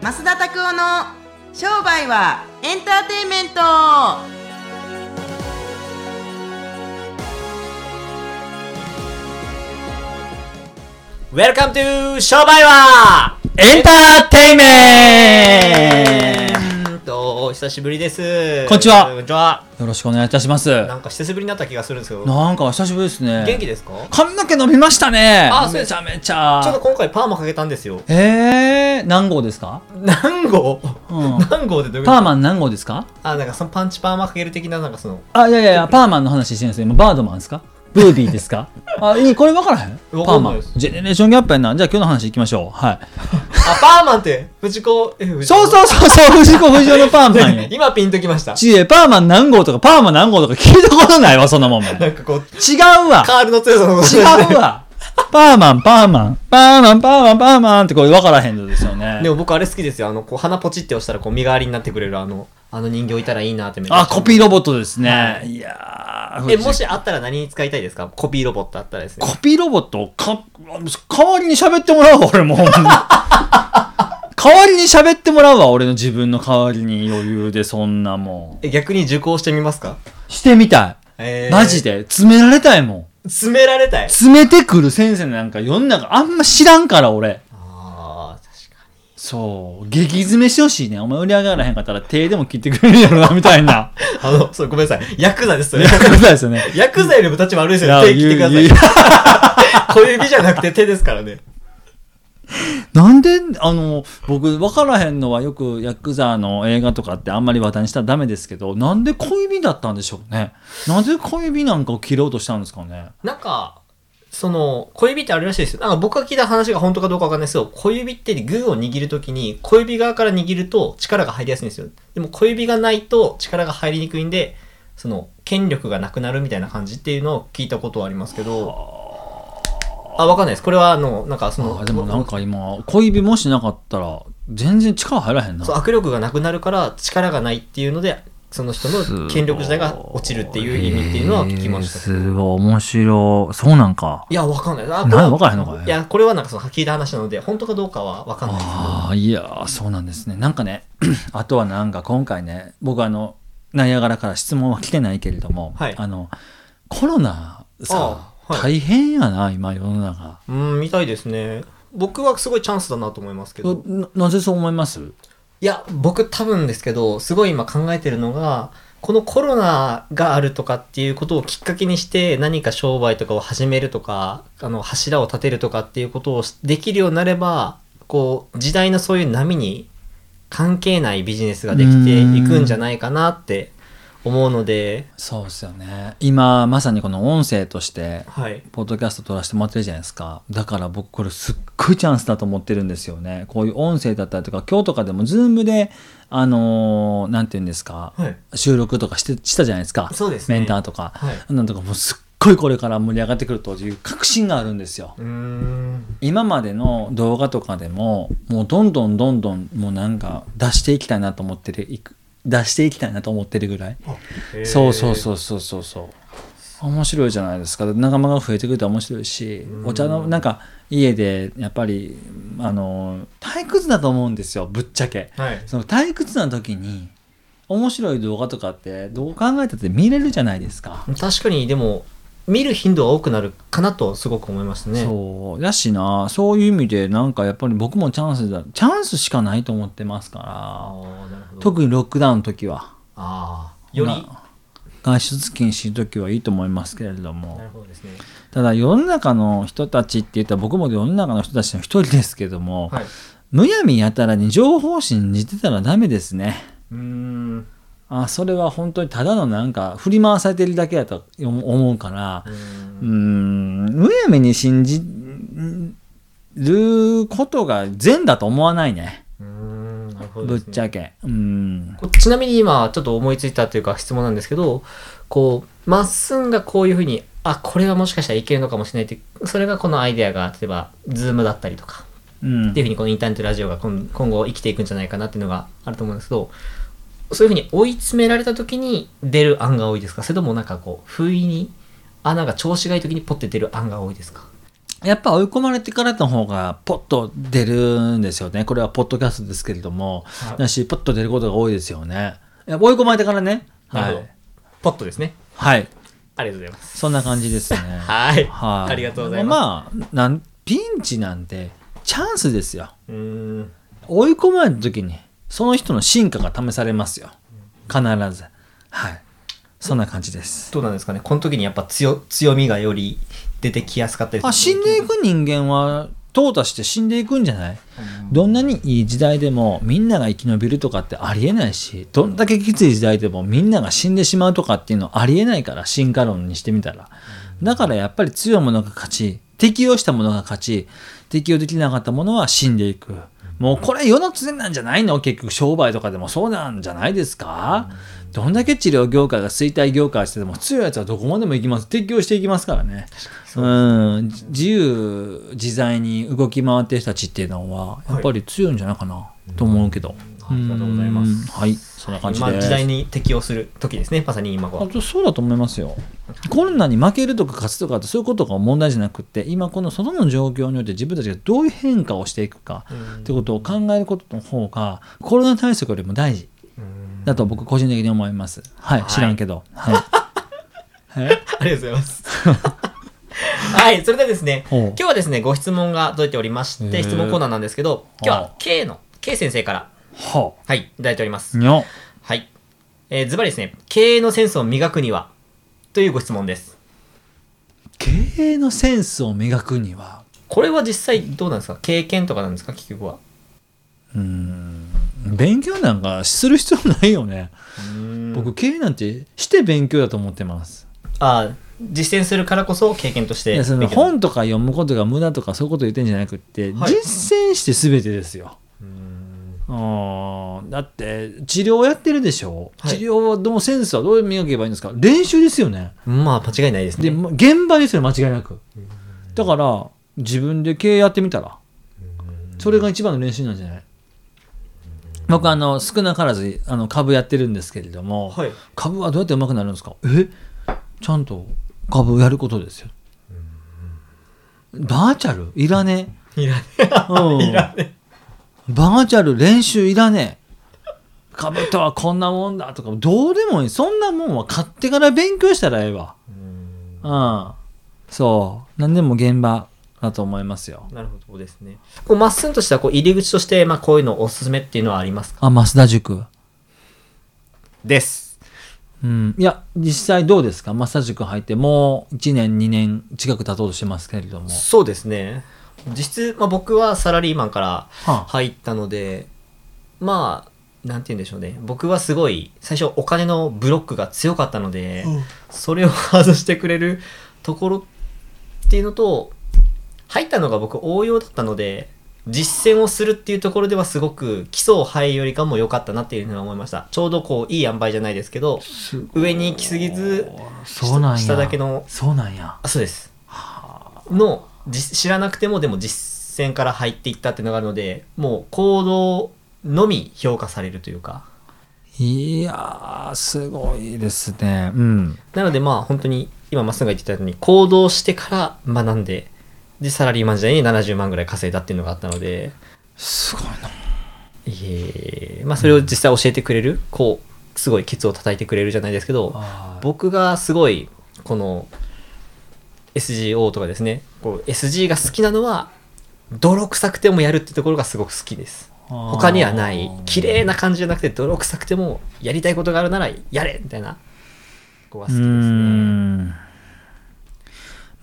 増田拓夫の商売はエンターテインメントウェルカムトゥー商売はエンターテイメンントお久しぶりです。こんにちはこんにちは。トよろしくお願いいたします。なんか久しぶりになった気がするんですけど。なんか久しぶりですね。元気ですか髪の毛伸びましたねあそうでめすちゃめちちょっとゃ。今回パーマかけたんですよ。えー、何号ですか何号うん何号でどういうことパーマン何号ですかあ、なんかそのパンチパーマかける的な、なんかその、あ、いやいやいや、パーマンの話してるんですよ。今、バードマンですかブービーです かあ、いい、これ分からへんパわーかんなマいンです。ジェネレーションギャップやな。じゃあ今日の話いきましょう。はあ、い。パーマンって、藤子、え、藤子。そうそうそうそう、藤子不二雄のパーマンよ 今ピンときました。ちえ、パーマン何号とか、パーマン何号とか聞いたことないわ、そんなもん。違なんかこう、うわ。カールの強さのことですね違うわ。パーマン、パーマン、パーマン、パーマン、パーマンってこれ分からへんのですよねで。も僕あれ好きですよ。あの、こう、鼻ポチって押したら、こう、身代わりになってくれる、あの、あの人形いたらいいなってめっちゃあ、コピーロボットですねは。いやーえ、もしあったら何に使いたいですかコピーロボットあったらですね。コピーロボットか、代わりに喋ってもらうわ、俺 もう。代わりに喋ってもらうわ、俺の自分の代わりに余裕で、そんなもえ、逆に受講してみますかん。してみたえい。マジで。詰められたいもん。詰められたい。詰めてくる先生なんか世の中あんま知らんから、俺。ああ、確かそう。激詰めしてほしいね。お前売り上がらへんかったら手でも切ってくれるやろな、みたいな。に。あの、そう、ごめんなさい。ヤクザです、それ や。そうですよね。ヤクザよりも立ち悪いですいよ。や手切ってください言う。小指じゃなくて手ですからね。 なんで、あの、僕、分からへんのはよくヤクザの映画とかってあんまり話題にしたらダメですけど、なんで小指だったんでしょうね。なぜ小指なんかを切ろうとしたんですかね。なんか、その、小指ってあるらしいですよ。なんか僕が聞いた話が本当かどうかわかんないですけど、小指ってグーを握るときに、小指側から握ると力が入りやすいんですよ。でも小指がないと力が入りにくいんで、その、権力がなくなるみたいな感じっていうのを聞いたことはありますけど、あ、わかんないです。これは、あの、なんかその、あでもなんか今、小指もしなかったら、全然力入らへんな。そう握力がなくなるから力がないっていうのでその人の権力自体が落ちるっていう意味っていうのは聞きましたへーすごい、面白い。そうなんか。いやわかんないあなんこれはわからへんのかいいやこれはなんかその聞いた話なので本当かどうかはわかんないですああ、いやー、そうなんですね。なんかね、 あとはなんか今回ね、僕あの、ナイアガラから質問は来てないけれども、はいあの、コロナあさ、ーは大変やな、今世の中。けどうんみたいですね僕はすごいチャンスだなと思いますけどななぜそう思いますいや僕多分ですけどすごい今考えてるのがこのコロナがあるとかっていうことをきっかけにして何か商売とかを始めるとかあの柱を立てるとかっていうことをできるようになればこう時代のそういう波に関係ないビジネスができていくんじゃないかなって思うのでそうですよね。今まさにこの音声として、はいポッドキャスト撮らせてもらってるじゃないですか。だから僕これすっごいチャンスだと思ってるんですよね。こういう音声だったりとか、今日とかでもズームで、あのーなんて言うんですか、はい収録とかしてしたじゃないですか。そうですねメンターとか。はいなんとかもうすっごいこれから盛り上がってくるという確信があるんですよ。うーん今までの動画とかでももうどんどんどんどんもうなんか出していきたいなと思ってるいく出していきたいなと思ってるぐらい、そうそううそうそうそうそう面白いじゃないですか仲間が増えてくると面白いしお茶のなんか家でやっぱりあの退屈だと思うんですよぶっちゃけはいその退屈な時に面白い動画とかってどう考えたって見れるじゃないですか確かにでも見る頻度は多くなるかなとすごく思いますねそうやしなそういう意味でなんかやっぱり僕もチャンスだチャンスしかないと思ってますかああなるほらど特にロックダウンの時はああよりな外出禁止の時はいいと思いますけれどもなるほどですねただ世の中の人たちって言ったら僕も世の中の人たちの一人ですけども、はいむやみやたらに情報を信じてたらダメですねうーんあそれは本当にただのなんか振り回されてるだけだと思うから、うーんうーんむやみに信じることが善だと思わないねうーんなるほどぶでっすねちゃけうんこちなみに今ちょっと思いついたというか質問なんですけどこうまっすんがこういうふうにあこれはもしかしたらいけるのかもしれないってそれがこのアイデアが例えばズームだったりとかうんっていうふうにこのインターネットラジオが今今後生きていくんじゃないかなっていうのがあると思うんですけどそういうふうに追い詰められた時に出る案が多いですかそれともなんかこう不意にあなんか調子がいい時にポッて出る案が多いですかやっぱ追い込まれてからの方がポッと出るんですよね。これはポッドキャストですけれども、はいだし、ポッと出ることが多いですよね。いや追い込まれてからね。なはるほどい。。ポットですね。はい。ありがとうございます。そんな感じですね。 はい。はい。ありがとうございます。まあ、なんピンチなんてチャンスですよ。うーん。追い込まれた時に、その人の進化が試されますよ。必ず。はい。そんな感じです。どうなんですかね。この時にやっぱ強強みがより出てきやすかったりあ死んでいく人間は淘汰して死んでいくんじゃないどんなにいい時代でもみんなが生き延びるとかってありえないしどんだけきつい時代でもみんなが死んでしまうとかっていうのはありえないから進化論にしてみたらだからやっぱり強い者が勝ち適応した者が勝ち適応できなかった者は死んでいくもうこれ世の常なんじゃないの結局商売とかでもそうなんじゃないですかどんだけ治療業界が衰退業界してても強いやつはどこまでも行きます適応していきますからねうん自由自在に動き回ってる人たちっていうのはやっぱり強いんじゃないかなと思うけど、ありがとうございますんはいそんな感じまあです、時代に適応する時ですね。まさに今あは。とそうだと思いますよ。コロナに負けるとか勝つとかってそういうことが問題じゃなくって今この外の状況によって自分たちがどういう変化をしていくかうんってことを考えることの方がコロナ対策よりも大事だと僕個人的に思います。はい、はい知らんけど。 はい。はいありがとうござい ます。はい、それではですね、ほう今日はですね、ご質問が届いておりましへて、ー質問コーナーなんですけど、今日はは K の、K 先生から、ははい、いただいておりまあ。す。にょ。はい。えー、ズバリですね、経営のセンスを磨くには、というご質問です。経営のセンスを磨くにはこれは実際どうなんですか経験とかなんですか結局は。うーん勉強なんかする必要ないよね。僕、僕経営なんてして勉強だと思ってます。あー実践するからこそ経験としていやその勉強本とか読むことが無駄とかそういうこと言ってんじゃなくって、はい実践して全てですよ。うーんうんだって治療やってるでしょ、はい治療はどうセンスはどう磨けばいいんですか練習ですよねまあ、間違いないですでね。ま現場ですよね間違いなくだから自分で経営やってみたらそれが一番の練習なんじゃない僕あの少なからずあの株やってるんですけれども、はい。株はどうやって上手くなるんですかえちゃんと株やることですよバーチャルいらねいら ね え、うん、いらねバーチャル練習いらねえ株とはこんなもんだとかどうでもいいそんなもんは買ってから勉強したらええわうんそう何でも現場だと思いますよなるほどですね。こうまっすんとしたこう入り口として、まあ、こういうのおすすめっていうのはありますかあ増田塾です。うん、いや実際どうですか増田塾入ってもう1年2年近く経とうとしてますけれども、そうですね。実質、まあ、僕はサラリーマンからはあ入ったので、まあ、なんて言うんでしょうね。僕はすごい、最初お金のブロックが強かったので、それを外してくれる ところっていうのと、入ったのが僕応用だったので、実践をするっていうところではすごく基礎を入るよりかも良かったなっていうふうに思いました。ちょうどこう、いい塩梅じゃないですけど、上に行き過ぎず、そうなんや下だけのそうなんやあそうですの実知らなくてもでも実践から入っていったっていうのがあるのでもう行動のみ評価されるというかいやーすごいですねうんなのでまあ本当に今まっすぐが言ってたように行動してから学んででサラリーマン時代に70万ぐらい稼いだっていうのがあったのですごいないえまあそれを実際教えてくれるこうすごいケツを叩いてくれるじゃないですけどあー僕がすごいこの SGO とかですねこう SG が好きなのは泥臭くてもやるってところがすごく好きです他にはない綺麗な感じじゃなくて泥臭くてもやりたいことがあるならやれみたいな子が好きうでーすねん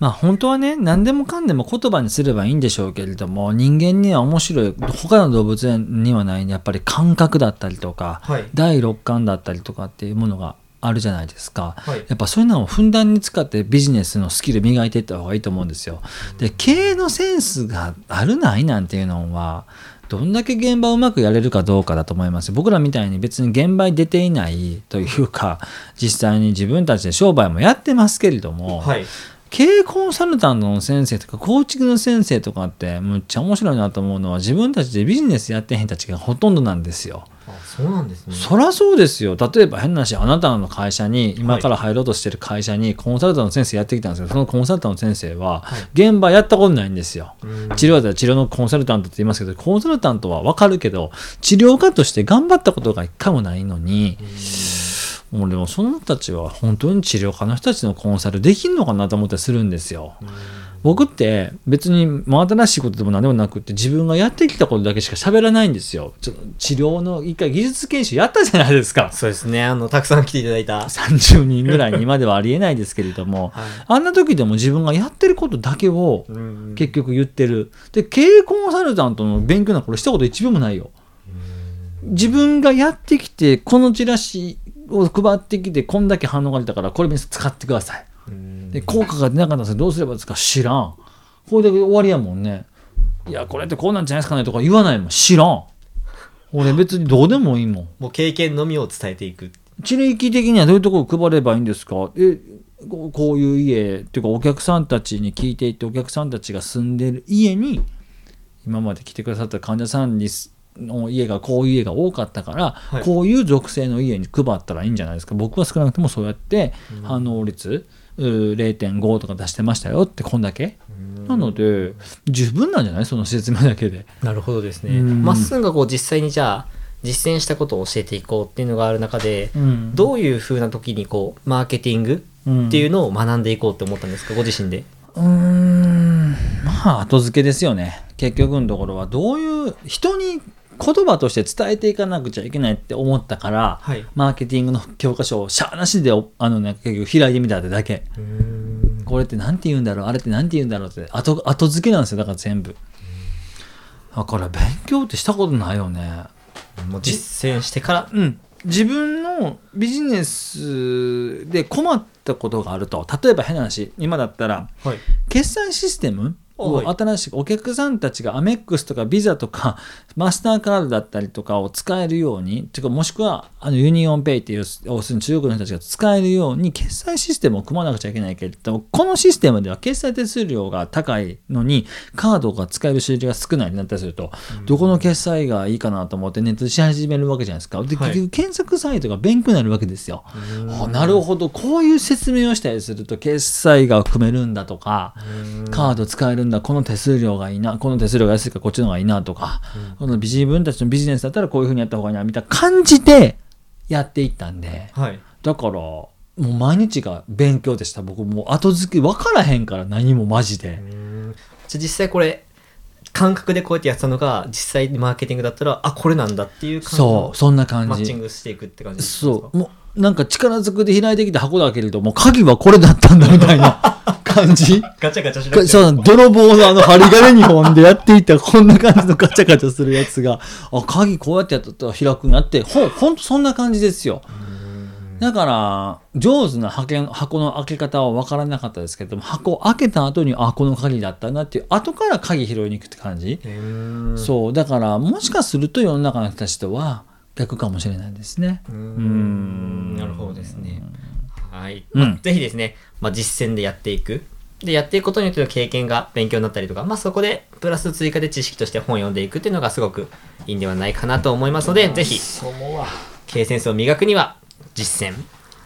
まあ本当はね何でもかんでも言葉にすればいいんでしょうけれども人間には面白い他の動物園にはないやっぱり感覚だったりとか、はい第六感だったりとかっていうものがあるじゃないですか、はいやっぱそういうのをふんだんに使ってビジネスのスキル磨いていった方がいいと思うんですよ。で経営のセンスがあるないなんていうのはどんだけ現場をうまくやれるかどうかだと思います僕らみたいに別に現場に出ていないというか実際に自分たちで商売もやってますけれども、はい経営コンサルタントの先生とかコーチングの先生とかってむっちゃ面白いなと思うのは自分たちでビジネスやってへん人たちがほとんどなんですよ。そうなんですね。そらそうですよ。例えば変な話、あなたの会社に、今から入ろうとしてる会社に、コンサルタントの先生やってきたんですけど、そのコンサルタントの先生は、現場やったことないんですよ。うん治療だったら治療のコンサルタントって言いますけど、コンサルタントはわかるけど、治療家として頑張ったことが一回もないのに、もうでもその人たちは本当に治療家の人たちのコンサルできんのかなと思ったりするんですよ。僕って別に真新しいことでも何でもなくって自分がやってきたことだけしか喋らないんですよ。ちょ治療の一回技術研修やったじゃないで すか。そうですね。あの、たくさん来ていただいた。 30人ぐらいに今ではありえないですけれども、 はいあんな時でも自分がやってることだけをうん結局言ってる。で、経営コンサルタントの勉強なんかこれしたこと一秒もないよ。自分がやってきて、このチラシを配ってきて、こんだけ反応が出たから、これ皆さん使ってください。うんで、効果が出なかったんですけどどうすればですか知らん。これで終わりやもんね。いや、これってこうなんじゃないですかねとか言わないもん。知らん。俺別にどうでもいいもん。もう経験のみを伝えていく。地域的にはどういうところを配ればいいんですかえこうこういう家っていうかお客さんたちに聞いていってお客さんたちが住んでる家に今まで来てくださった患者さんにすの家がこういう家が多かったから、いこういう属性の家に配ったらいいんじゃないですか僕は少なくともそうやって反応率、うー0.5とか出してましたよってこんだけ、なので十分なんじゃないその説明だけで。なるほどですうね。んまっすんがこう実際にじゃあ実践したことを教えていこうっていうのがある中で、うんどういう風な時にこうマーケティングっていうのを学んでいこうって思ったんですか、ご自身で。うーんまあ後付けですよね結局のところはどういう人に言葉として伝えていかなくちゃいけないって思ったから、はいマーケティングの教科書をしゃーなしでおあの、ね、結局開いてみたってだけこれって何て言うんだろうあれって何て言うんだろうって後後付けなんですよだから全部だから勉強ってしたことないよねもう実践してから。うん、自分のビジネスで困ったことがあると例えば変な話今だったらはい。決済システムをはい新しくお客さんたちがアメックスとかビザとか マスターカードだったりとかを使えるようにてかもしくはあのユニオンペイっていう要するに中国の人たちが使えるように決済システムを組まなくちゃいけないけれどこのシステムでは決済手数料が高いのにカードが使える種類が少ないになったりすると、どこの決済がいいかなと思ってネットでし始めるわけじゃないですかではい結局検索サイトが勉強になるわけですよ。あなるほどこういう説明をしたりすると決済が組めるんだとかカード使えるんだこの手数料がいいなこの手数料が安いからこっちの方がいいなとか、この自分たちのビジネスだったらこういうふうにやった方がいいなみたいな感じでやっていったんではい。だからもう毎日が勉強でした僕もう後付け分からへんから何もマジで。じゃあ実際これ感覚でこうやってやってたのが実際マーケティングだったらあこれなんだっていう感じそのうそんな感じマッチングしていくって感じですかそう。もう、なんか力ずくで開いてきた箱だけれども、鍵はこれだったんだみたいな感じ。ガチャガチャしなくてかもそう、泥棒のあの針金に本でやっていったこんな感じのガチャガチャするやつが、あ、鍵こうやってやったら開くなって、ほん、ほんとそんな感じですよ。だから、上手な箱箱の開け方は分からなかったですけども、箱を開けた後に、あ、この鍵だったなっていう、後から鍵拾いに行くって感じ。うーんそう、だから、もしかすると世の中の人たちとは逆かもしれないですね。うーんんなるほどですね。はい、うんまあぜひですね、まあ、実践でやっていく。で、やっていくことによっての経験が勉強になったりとか、まあ、そこでプラス追加で知識として本を読んでいくっていうのがすごくいいんではないかなと思いますので、ぜひ、経営センスを磨くには実践、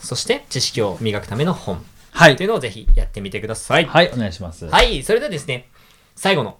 そして知識を磨くための本はっていいう。のをぜひやってみてください。はい、お願いします。はい、それではですね、最後の、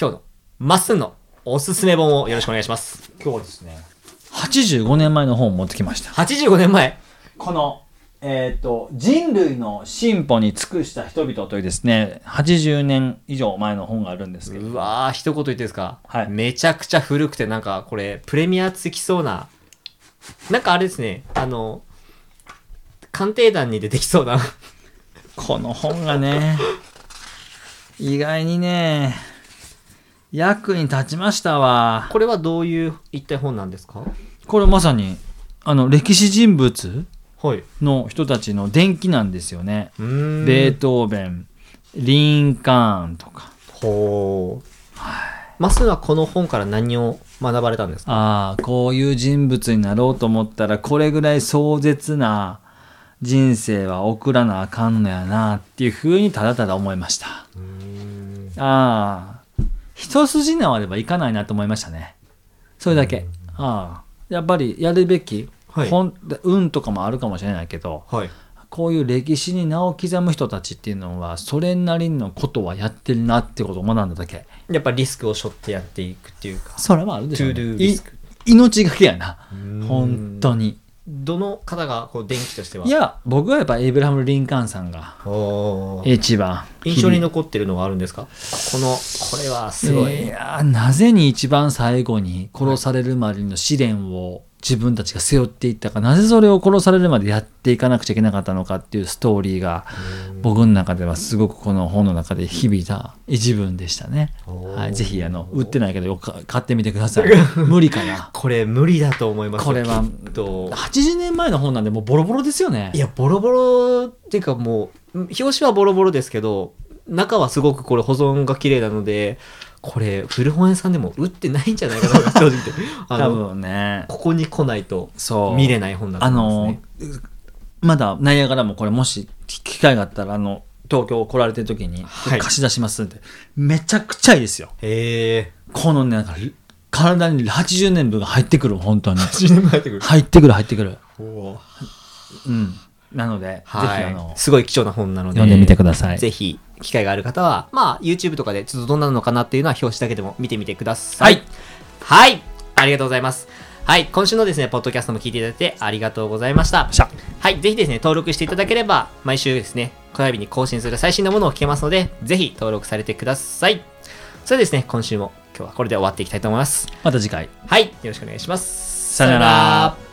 今日の、まっすんのおすすめ本をよろしくお願いします。今日はですね、85年前の本を持ってきました。 85年前。この、えっ、と、人類の進歩に尽くした人々というですね、80年以上前の本があるんですけど、うわー、一言言っていいですか、はいめちゃくちゃ古くて、なんかこれ、プレミアつきそうな、なんかあれですね、あの、鑑定団に出てきそうな。 この本がね、意外にね、役に立ちましたわ。これはどういう一体本なんですかこれまさに、あの、歴史人物はい。うの人たちの伝記なんですよね。ーん。ベートーベン、リンカーンとか。ほう。まっすんはこの本から何を学ばれたんですかああこういう人物になろうと思ったらこれぐらい壮絶な人生は送らなあかんのやなっていうふうにただただ思いましたああ一筋縄ではいかないなと思いましたねそれだけああやっぱりやるべき、はい本運とかもあるかもしれないけどはい。こういう歴史に名を刻む人たちっていうのはそれなりのことはやってるなってことを学んだだけやっぱリスクを背負ってやっていくっていうか、それはあるでしょう、トゥードゥーいリスク命がけやなうん本当にどの方がこう電気としてはいや僕はやっぱエイブラハム・リンカーンさんがおー一番印象に残ってるのがあるんですかこの、これはすごい。いやーなぜに一番最後に殺されるまでの試練を自分たちが背負っていったかなぜそれを殺されるまでやっていかなくちゃいけなかったのかっていうストーリーが僕の中ではすごくこの本の中で響いた一文でしたね。おーはい、ぜひあの売ってないけどよか買ってみてください。無理か な。これ無理だと思いますよこれはきっと80年前の本なんでもうボロボロですよねい。やボロボロっていうかもう表紙はボロボロですけど中はすごくこれ保存が綺麗なのでこれ古本屋さんでも売ってないんじゃないかな正直 言ってあ多の分ね。ここに来ないとそう。見れない本だとあ思いのますね、まだナイアガラもこれもし機会があったら、あの、東京来られてる時にはい貸し出しますって、めちゃくちゃいいですよ。へえこのね、なんか体に80年分が入ってくる、本 当に。 8年前 ってくる入ってくる、入ってくる。はうん。なので、ぜひあのい、すごい貴重な本なので読んでみてください。ぜひ機会がある方はまあ YouTube とかでちょっとどんなのかなっていうのは表紙だけでも見てみてくださいはいはいありがとうございますはい今週のですねポッドキャストも聞いていただいてありがとうございましたしゃはい、ぜひですね、登録していただければ、毎週ですね、火曜日に更新する最新のものを聞けますので、ぜひ登録されてください。それでですね、今週も今日はこれで終わっていきたいと思います。また次回。はい、よろしくお願いします。さよなら